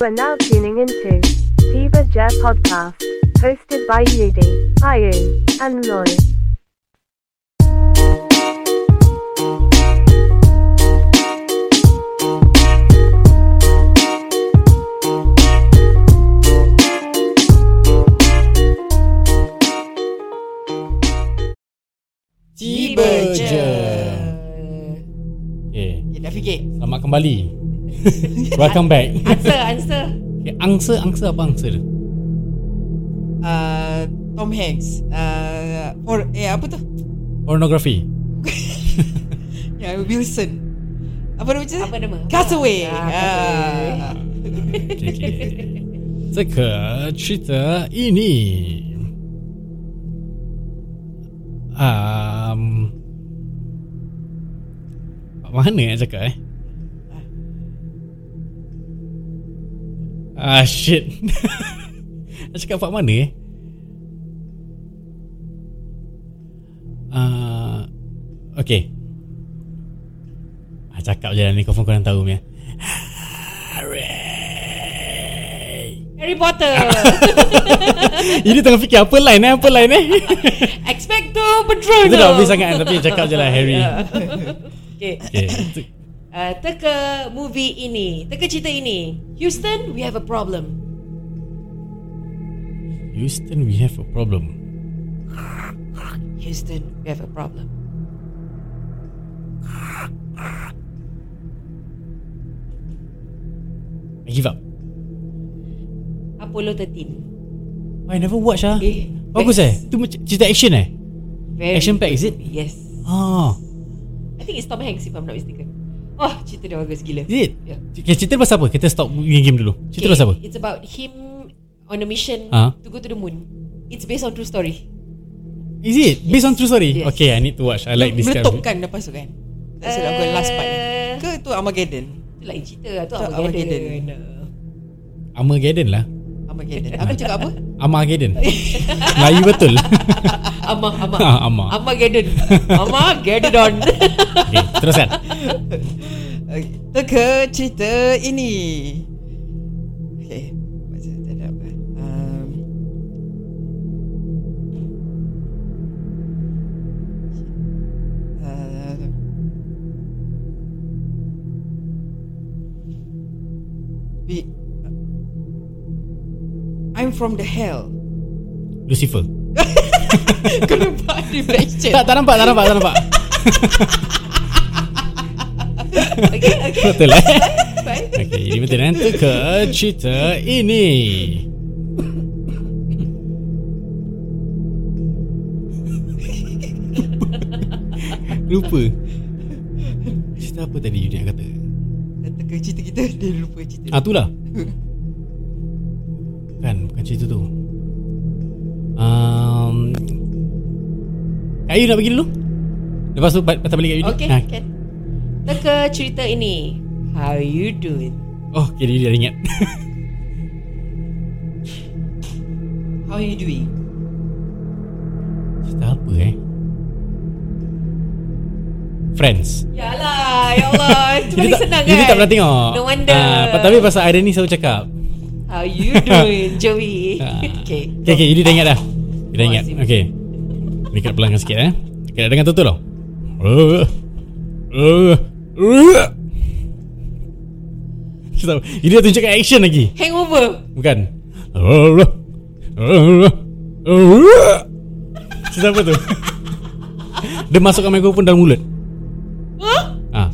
are now tuning into Tiba Jer Podcast, hosted by Yudi, Ayu, and Roy. Tiba je Okay. Eh, Dah fikir Selamat kembali. Welcome back. Answer answer Okay, angsa angsa apa angsa dia? uh, Tom Hanks uh, Or eh apa tu Pornography. Ya Wilson Apa nama cerita Apa nama? Castaway Ah, ah, Okay, okay. Teka cerita ini. Um, mana nak cakap eh? Ah shit. Nak cakap part mana eh? Ah okay. Ah cakap je lah ni confirm korang tahu punya. Harry Potter Ini tengah fikir apa line eh Apa line eh Expecto Patronum Itu dah obvious sangat kan, Tapi cakap je lah Harry Okay okay. tu- uh, Teka movie ini Teka cerita ini Houston we have a problem Houston we have a problem Houston we have a problem I give up Apollo 13 I never watch ah Eh, Bagus eh best. Tu macam cerita action eh Very Action pack, is it? Yes Ah, I think it's Tom Hanks if I'm not mistaken Oh cerita dia bagus gila Is it? Yeah. Okay, cerita pasal apa? Kita stop main game dulu Cerita pasal apa? It's about him on a mission Ah. to go to the moon It's based on true story Is it? Based on true story? Yes. Okay I need to watch I like this kind Meletup of kan lepas tu kan Tak silap aku last part Eh. Ke tu Armageddon Itu lain cerita lah Tu Tu Armageddon, Armageddon. Armageddon. Armageddon lah Armageddon Aku cakap apa Armageddon Melayu betul Ama Ama Ah, Ama. Ama Gadon Ama Gadon okay, Teruskan Okay, Teka cerita Eh, ini Okay Macam tak ada apa um, uh, we- uh, I'm from the hell Lucifer Kau nampak reflection Tak tak nampak Tak nampak Tak nampak Okay okay Betul eh Fine Okey, ini betul nanti ke cerita ini. Lupa. Cerita apa tadi you nak kata? Teka cerita kita Dia lupa cerita Ah, itulah. Kan, bukan cerita tu. Um, Kak Yu nak bagi dulu? Lepas tu pat- patah balik Kak Yu. Okay Ah, can Teka cerita ini How you doing Oh, okay, dia, dia dah ingat. How you doing? cerita apa eh? Friends. Yalah Ya Allah Itu Jadi paling tak, senang kan jadi tak pernah tengok No wonder Ah, Tapi pasal ada ni selalu cakap How you doing Joey Ah. Okay Okay, okay Yudi dah ingat dah Yudi dah Oh, ingat asyik. Okay Dekat belakang sikit eh Okay, nak dengar betul-betul tau Uh, uh, uh. Kita- Yudi dah tunjukkan action lagi Hangover Bukan Uh, uh, uh. Cerita apa tu? Dia masukkan mikrofon dalam mulut Huh? Ah.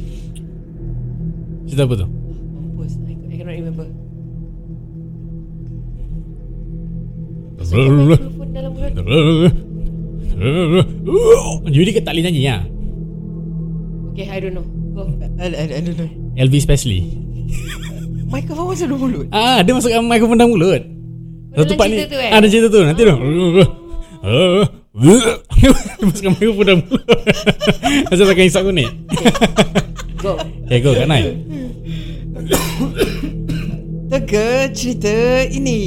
Cerita apa tu? Mampus I, I cannot remember Uh, uh. Telefon dalam mulut Yudi ke tak boleh nyanyi lah Okay I don't know Go I, I, I don't know Elvis Presley Microphone masuk dalam mulut Ah, Dia masukkan mikrofon dalam mulut dalam cerita tu, eh? ah, Ada cerita tu Nanti dia Dia masukkan mikrofon dalam mulut Macam pakai isap kuning Go Okay go Kak Eh, Nai Teka cerita ini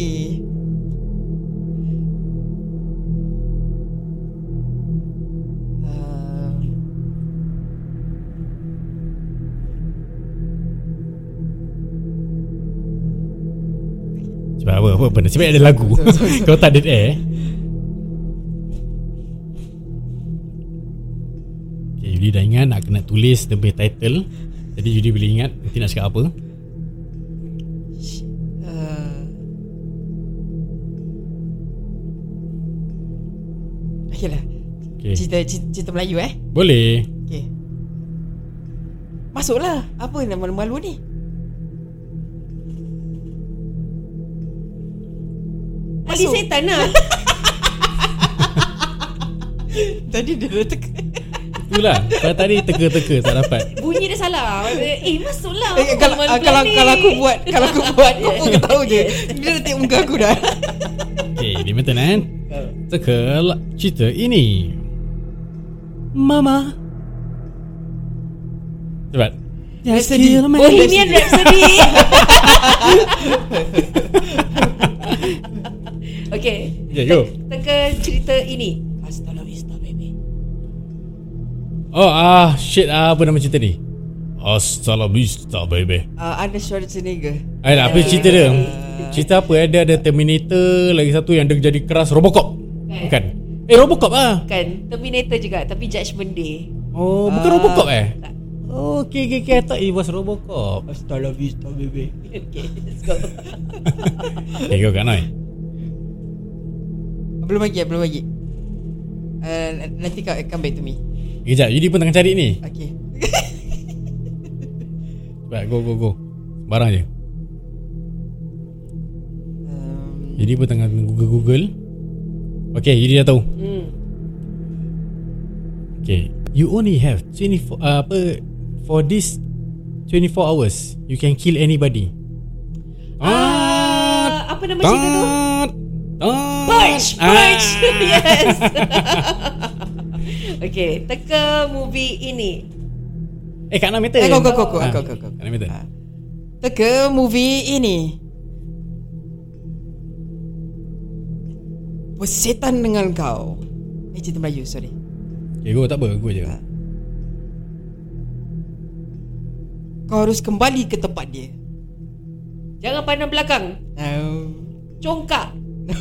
Um, apa-apa Nasib baik ada lagu Kau tak eh? dead air Okay Yudi dah ingat Nak kena tulis Lebih title Jadi Yudi boleh ingat Nanti nak cakap apa Uh, Okeylah. Okay Cerita, cerita cerita Melayu eh. Boleh Okey. Masuklah. Apa yang nama malu ni? Masuk. Masuk. setan lah Tadi dia dah tekan. Itulah Tadi- Tadi teka-teka tak dapat Bunyi dia salah Eh masuklah Eh, kalau, ah, Malu-malu kalau, ni. kalau aku buat Kalau aku buat Kau pun tahu je Dia dah tengok muka aku dah Okay, lima tenan. Tekel kan? cerita ini. Mama. Cepat. Just Rhapsody. kill me. Bohemian Rhapsody Okay Yeah, go. Teka cerita ini Hasta la vista baby Oh, ah, shit. Ah, apa nama cerita ni? Hasta la vista, baby. uh, Ada suara Schwarzenegger Ay, apa cerita dia? Cerita apa eh? Dia ada Terminator, lagi satu yang dia jadi keras, Robocop. Bukan. Eh, Robocop ah. Kan Terminator juga Tapi Judgment Day Oh, bukan Ah, Robocop eh? tak. Oh, okay, okay, okay. I thought it was Robocop. Hasta la vista baby Okay let's go Okay, go, Kak Noi. Eh, Belum lagi Belum lagi uh, Nanti kau come back to me Kejap, Yudi pun tengah cari ni. Okay Baik, go go go. Barang je. um, Jadi pun tengah Google Google. Okay, Yudi dah tahu. hmm. Okay. You only have 24 uh, apa for this 24 hours. You can kill anybody. Ah. uh, Apa nama cerita tu? Purge Purge Purge Ah. Yes Okay Teka movie ini Eh Kak Nam Eh Metal kau kau kau kau Ah, kau kau kau. Kak Nam Metal Ah. Teka movie ini Persetan dengan kau Eh cerita Melayu sorry Okay go Ya, tak apa Go je Ah. Kau harus kembali ke tempat dia Jangan pandang belakang Oh Congkak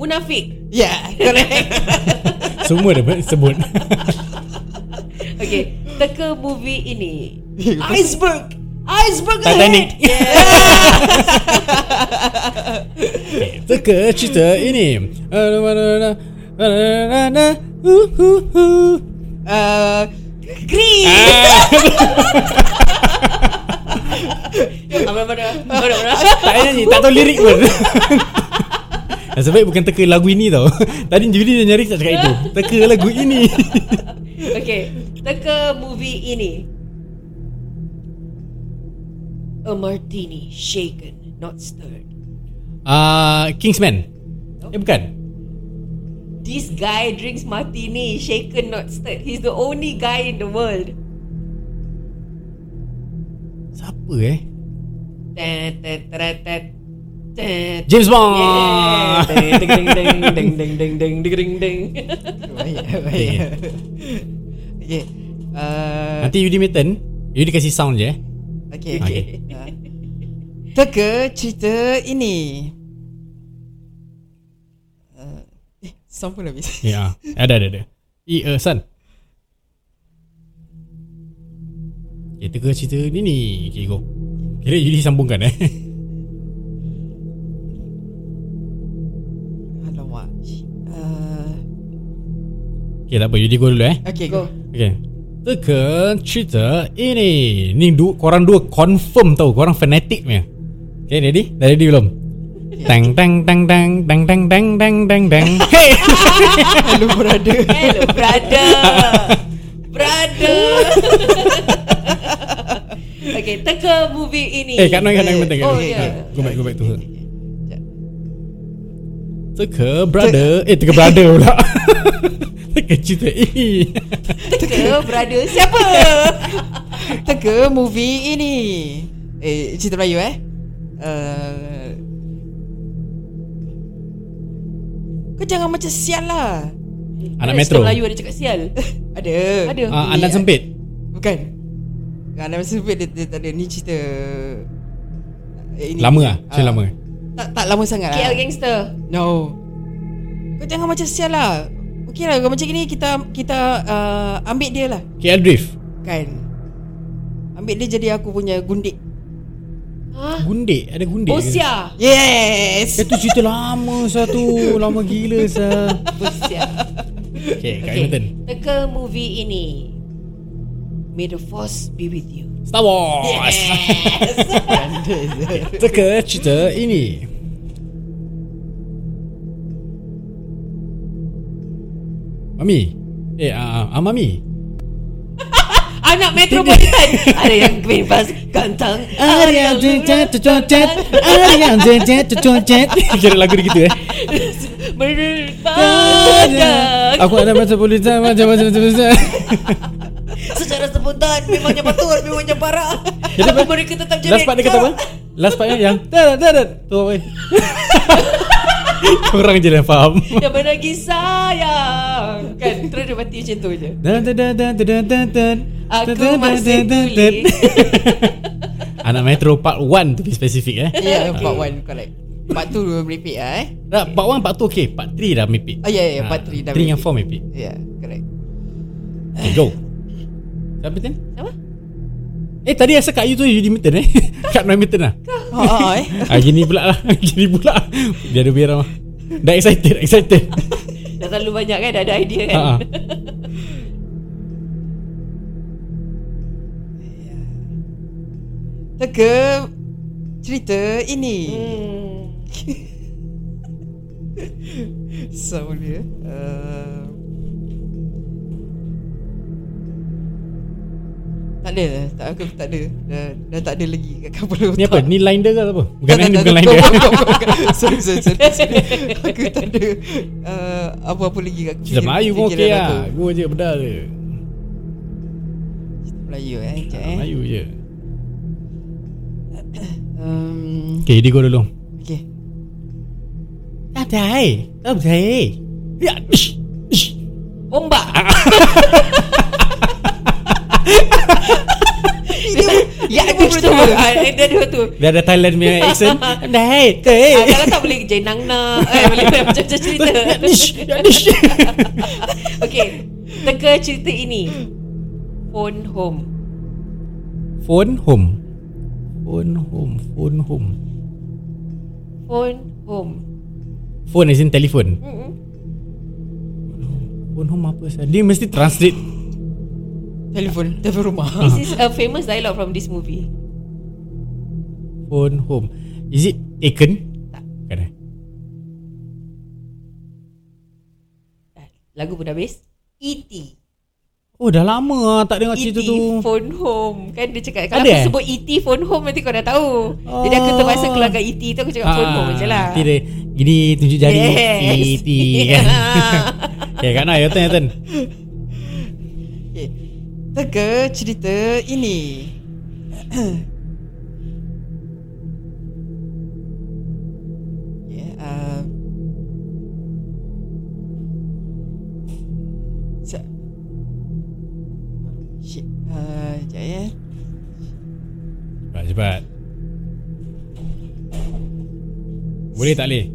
Munafik Ya correct Semua dah sebut Okay Teka movie ini Iceberg Iceberg Titanic. ahead. Yeah. Teka cerita ini Ah. uh, Green Abang mana Mana mana Tak payah nyanyi Tak tahu lirik pun Nasib baik bukan teka lagu ini tau Tadi Judy dah nyari tak cakap itu Teka lagu ini Okay Teka movie ini A martini shaken Not stirred Ah, Kingsman Eh bukan This guy drinks martini Shaken not stirred He's the only guy in the world Siapa eh Tan, tan, tan, tan, tan. James Bond Yeah. Ding, ding, ding, ding, ding, ding, ding, ding, ding. Baik baik Okay uh, Nanti Yudi Maton Yudi kasih sound je eh Okay. Okay, okay. Ah. Teka cerita ini Uh, Eh, sound pun habis Ya Ada ada ada E uh, Sun Okay teka cerita ni ni Okay go Kira Yudi sambungkan eh Alamak uh, Okay tak apa Yudi go dulu eh Okay, Go. go Okay Teka cerita ini Ni du, korang dua confirm tau Korang fanatik punya Okay ready? Dah ready belum? Tang tang tang tang tang tang tang tang tang tang. Hey, Hello brother Hello, brother. brother. okay, teka movie ini. hey Kak Noi Kak Noi bentar. Kak Oh, Noi. yeah. Go back go back to her. Sekejap. Teka brother, eh teka brother pula. teka cerita ini. Teka brother siapa? Teka movie ini Eh, cerita Melayu eh uh, Kau jangan macam sial lah Anak Cerita metro. Melayu ada cakap sial. Ada Ada. Ah, anak sempit. Bukan Ah, Anak sempit dia, dia tak ada Ni cerita eh, ini. Lama ah, cerita Ah. lama. Tak Tak, tak lama sangat KL lah. Gangster. No. Kau jangan macam sial lah. Okey lah kalau macam gini kita kita uh, ambil dia lah. KL Drift Kan. Ambil dia jadi aku punya gundik. Ha? Gundik Ada gundik ke? Osia. Yes. Itu cerita lama satu Lama gila sah Osia. Okay Kak Jonathan Teka movie ini. May the force be with you. Star Wars Teka cerita ini Mami Eh uh, ah, Mami Anak metropolitan. Ada yang bebas gantang. Ada yang jenjet cucuk jet Ada yang jenjet cucuk jet Kira lagu dia gitu eh Berbadan. Aku ada macam boleh Macam macam macam macam Secara spontan memangnya betul, memangnya parah. Jadi apa? Tapi mereka tetap jadi. Last part dia kata apa? Last part yang Dadat dadat Tu apa eh? Korang je dah faham Yang lagi sayang Kan Terus dia mati macam tu je Dadat dadat dadat dadat Aku dadat masih dadat tuli. dadat. Anak Metro part 1 to be specific eh Ya, yeah, part 1 correct. Part 2 repeat lah eh. Dah, part 1 part 2 okay Part 3 dah Ha, mepit Oh, ya, ya, part three dah 3 dengan mepit. 4 mepit Ya, yeah, correct. Okay go Siapa Tin? Apa? Eh tadi rasa Kak Yu tu Yudi Mitten eh Kak Noy Mitten lah Ha ah, eh. ah, Gini pula lah Gini pula Dia ada biar lah Dah excited Excited Dah terlalu banyak kan Dah ada idea kan Ha, ha. Teka cerita ini. Hmm. Hmm. Sound dia. Uh, tak ada lah. Tak, aku tak ada. Dah, dah tak ada lagi kat kepala otak. Ni apa? Ni line dia ke apa? Bukan Tak, line dia tak, tak, Bukan tak, line dia bukan, bukan, bukan. Sorry, sorry, sorry. aku tak ada uh, apa-apa lagi kat Cerita fikir- Melayu pun okey fikiran lah aku. Gua je pedal je Cerita Melayu eh. Sekejap eh. Ah, Melayu je Um, Okay dia go dulu okay. Tak berjaya Tak berjaya Ya ish, ish. Ombak Ah, Ya, Dia aku pun betul. betul Ah, Dia ada tu Dia ada Thailand punya accent Tak berjaya Tak Ah, berjaya Kalau tak boleh Jai nang na eh, Boleh macam-macam cerita Ya ish, ya, ish. Okay Teka cerita ini Phone home Phone home Phone home Phone home Phone home Phone as in telephone Mm-mm. Phone home apa sah? Dia mesti translate Telefon. Telefon rumah. Ah. This is a famous dialogue From this movie Phone home Is it taken? Tak Bukan eh Ah, Lagu pun dah habis E E.T. Oh dah lama lah tak dengar E.T. cerita tu E phone home Kan dia cakap Kalau Ada aku eh? sebut E.T. phone home Nanti kau dah tahu Jadi Oh. aku terpaksa keluarkan E.T. tu Aku cakap Ah, phone home je E lah Ah, Nanti dia Gini tunjuk jari Yes. Yes kan? Okay Kak Nah Your turn, your turn. Okay. Teka cerita ini. yeah, uh, Sa- Shit. Uh, sekejap ya. Cepat cepat Boleh tak boleh?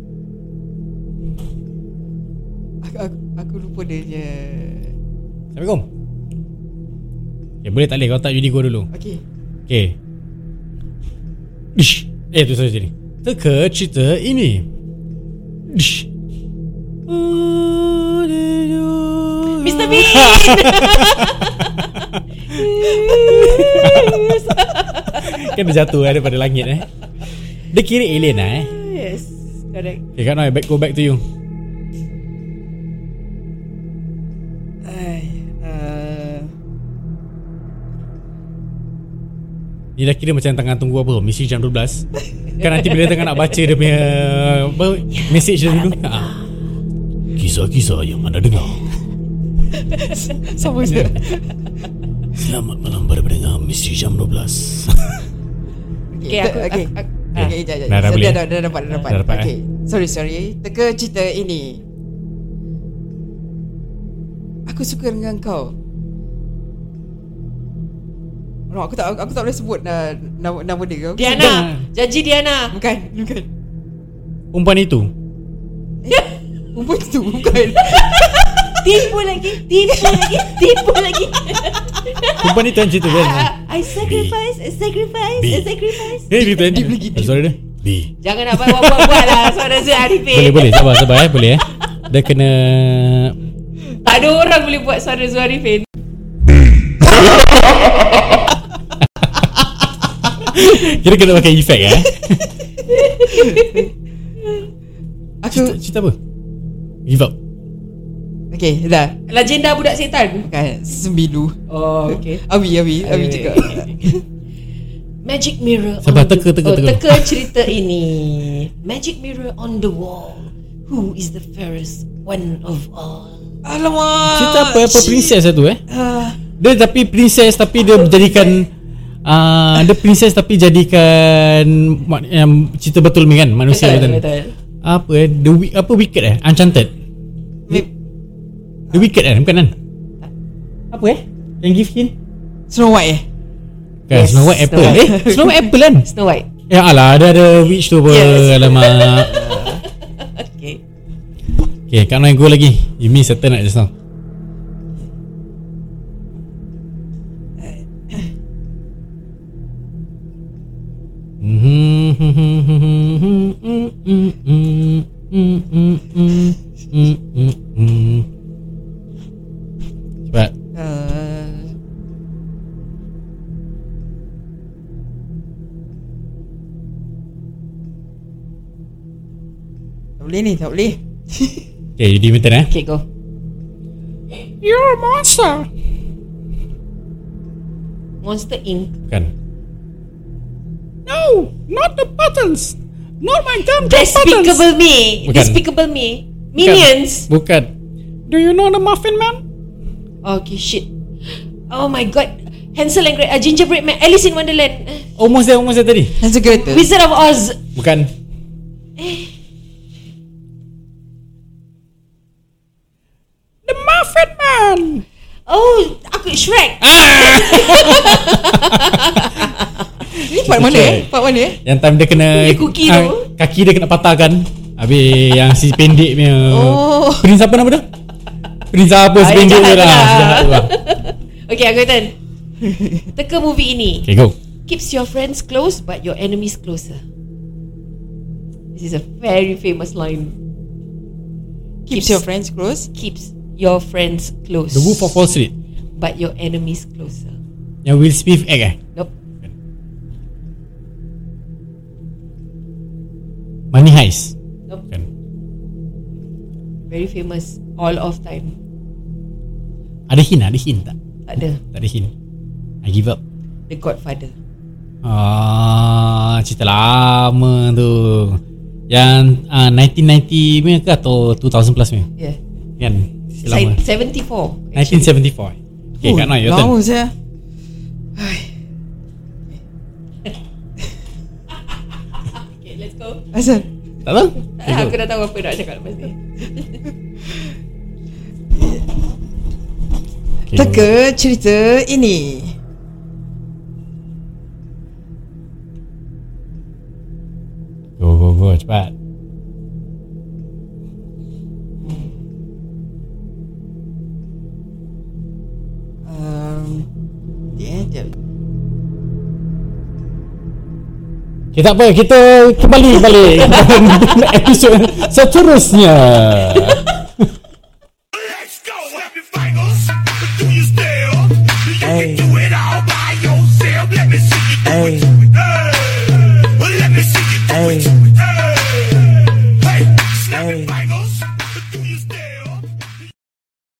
Aku, aku, aku lupa dia je. Assalamualaikum Okay boleh tak boleh Kau tak Yudi go dulu Okay. Okay Dish. Eh tu saya sini Teka cerita ini Dish. Mr. Bean Kan dia jatuh eh, daripada langit eh Dia kira alien lah eh Yes Correct Okay Kak Noy back, Go back to you Ay, uh, Ni dah kira macam tengah tunggu apa Misi jam 12 Kan nanti bila tengah nak baca dia punya apa, Message dia dulu ha. Kisah-kisah yang anda dengar sama je. Selamat malam para pendengar Misi jam 12 Okay, aku- okay. aku- Okay, Ah, okay, jap, jap. dah- dah So, boleh. dah, dah, dah dapat, dah dapat. Dah dapat, eh? okay. Sorry, sorry. Teka cerita ini. Aku suka dengan kau. No, aku tak aku tak boleh sebut uh, nama, nama dia. Aku Diana Janji Diana Bukan, bukan. perempuan itu? Umur tu bukan Tipu lagi Tipu lagi Tipu lagi Perempuan itu yang cerita kan? I sacrifice I sacrifice I sacrifice Eh, cerita kan? Deep lagi, deep. Sorry dia. B. Jangan nak buat-buat lah Suara Zul Boleh, Arifin boleh. Sabar, sabar eh. Boleh eh. Dia kena... Tak ada orang boleh buat suara Zul Arifin Kira kena pakai efek eh. Aku Cerita apa? Give up. Okay dah Legenda budak setan Bukan Sembilu Oh okay Abi Abi Abi Abi. cakap Magic mirror Sabar, on the- teka, teka, oh, teka. teka cerita ini Magic mirror on the wall Who is the fairest one of all Alamak Cerita apa? Apa Cik. princess satu eh? Ah, Dia tapi princess tapi dia menjadikan uh, dia princess tapi jadikan ma- yang cerita betul ni kan manusia Betul, betul. betul. Apa eh? The wi- apa wicked eh? Enchanted. Wait, The wicked eh bukan kan? Apa eh? Yang give hint? Snow White eh Kan yes, Yes, Snow White Apple. Snow Eh, Snow White Apple kan? Snow White Ya alah, ada ada witch tu apa. Yes. Alamak. Okay Okay, Kak Noy go lagi. You miss a turn at just now. Mm-hmm. Cepat Ah, Tak boleh ni Tak boleh Okay you dim a turn eh Okay go You're a monster Monster Inc Bukan No Not the buttons Not my damn Despicable Me Bukan. Despicable Me Minions Bukan Do you know the Muffin Man? Okay shit Oh my god Hansel and Gretel uh, Gingerbread Man Alice in Wonderland Ah, Almost there, almost there tadi Handsome kereta Wizard of Oz Bukan Eh. The Muffin Man Oh aku Shrek Ni part mana eh Part mana eh Yang time dia kena Dia cookie ah, tu. Kaki dia kena patah kan Habis yang si pendek punya Oh. Prince apa nama dia? Prince apa si Ah, pendek jahat tu lah lah. Jahat tu lah Okay aku turn Teka movie ini Okay go Keeps your friends close But your enemies closer This is a very famous line Keeps your friends close Keeps your friends close The Wolf of Wall Street But your enemies closer Yang Will Smith act eh Nope Money Heist Nope Bukan Very famous All of time Ada hint ada hint tak? Tak ada Tak ada hint I give up The Godfather Ah, cerita lama tu. Yang ah, 1990 punya ke atau 2000 plus punya? Yeah Kan? Cerita Lama. Se- 74 actually. 1974. Oh, Okay, Kak Noy, your turn. Lama saya Okay let's go Asal Tak tahu? Okay, ah, go. Aku dah tahu apa nak cakap lepas ni Okay, go. Teka cerita ini Go, go, go. Cepat. um, Dia dia- Okay, tak apa. Kita kembali balik. Episod seterusnya. Let's go, happy fighters. But do you still? You can do it all by yourself. Let me see you do it. Hey. Well, let me see you do it.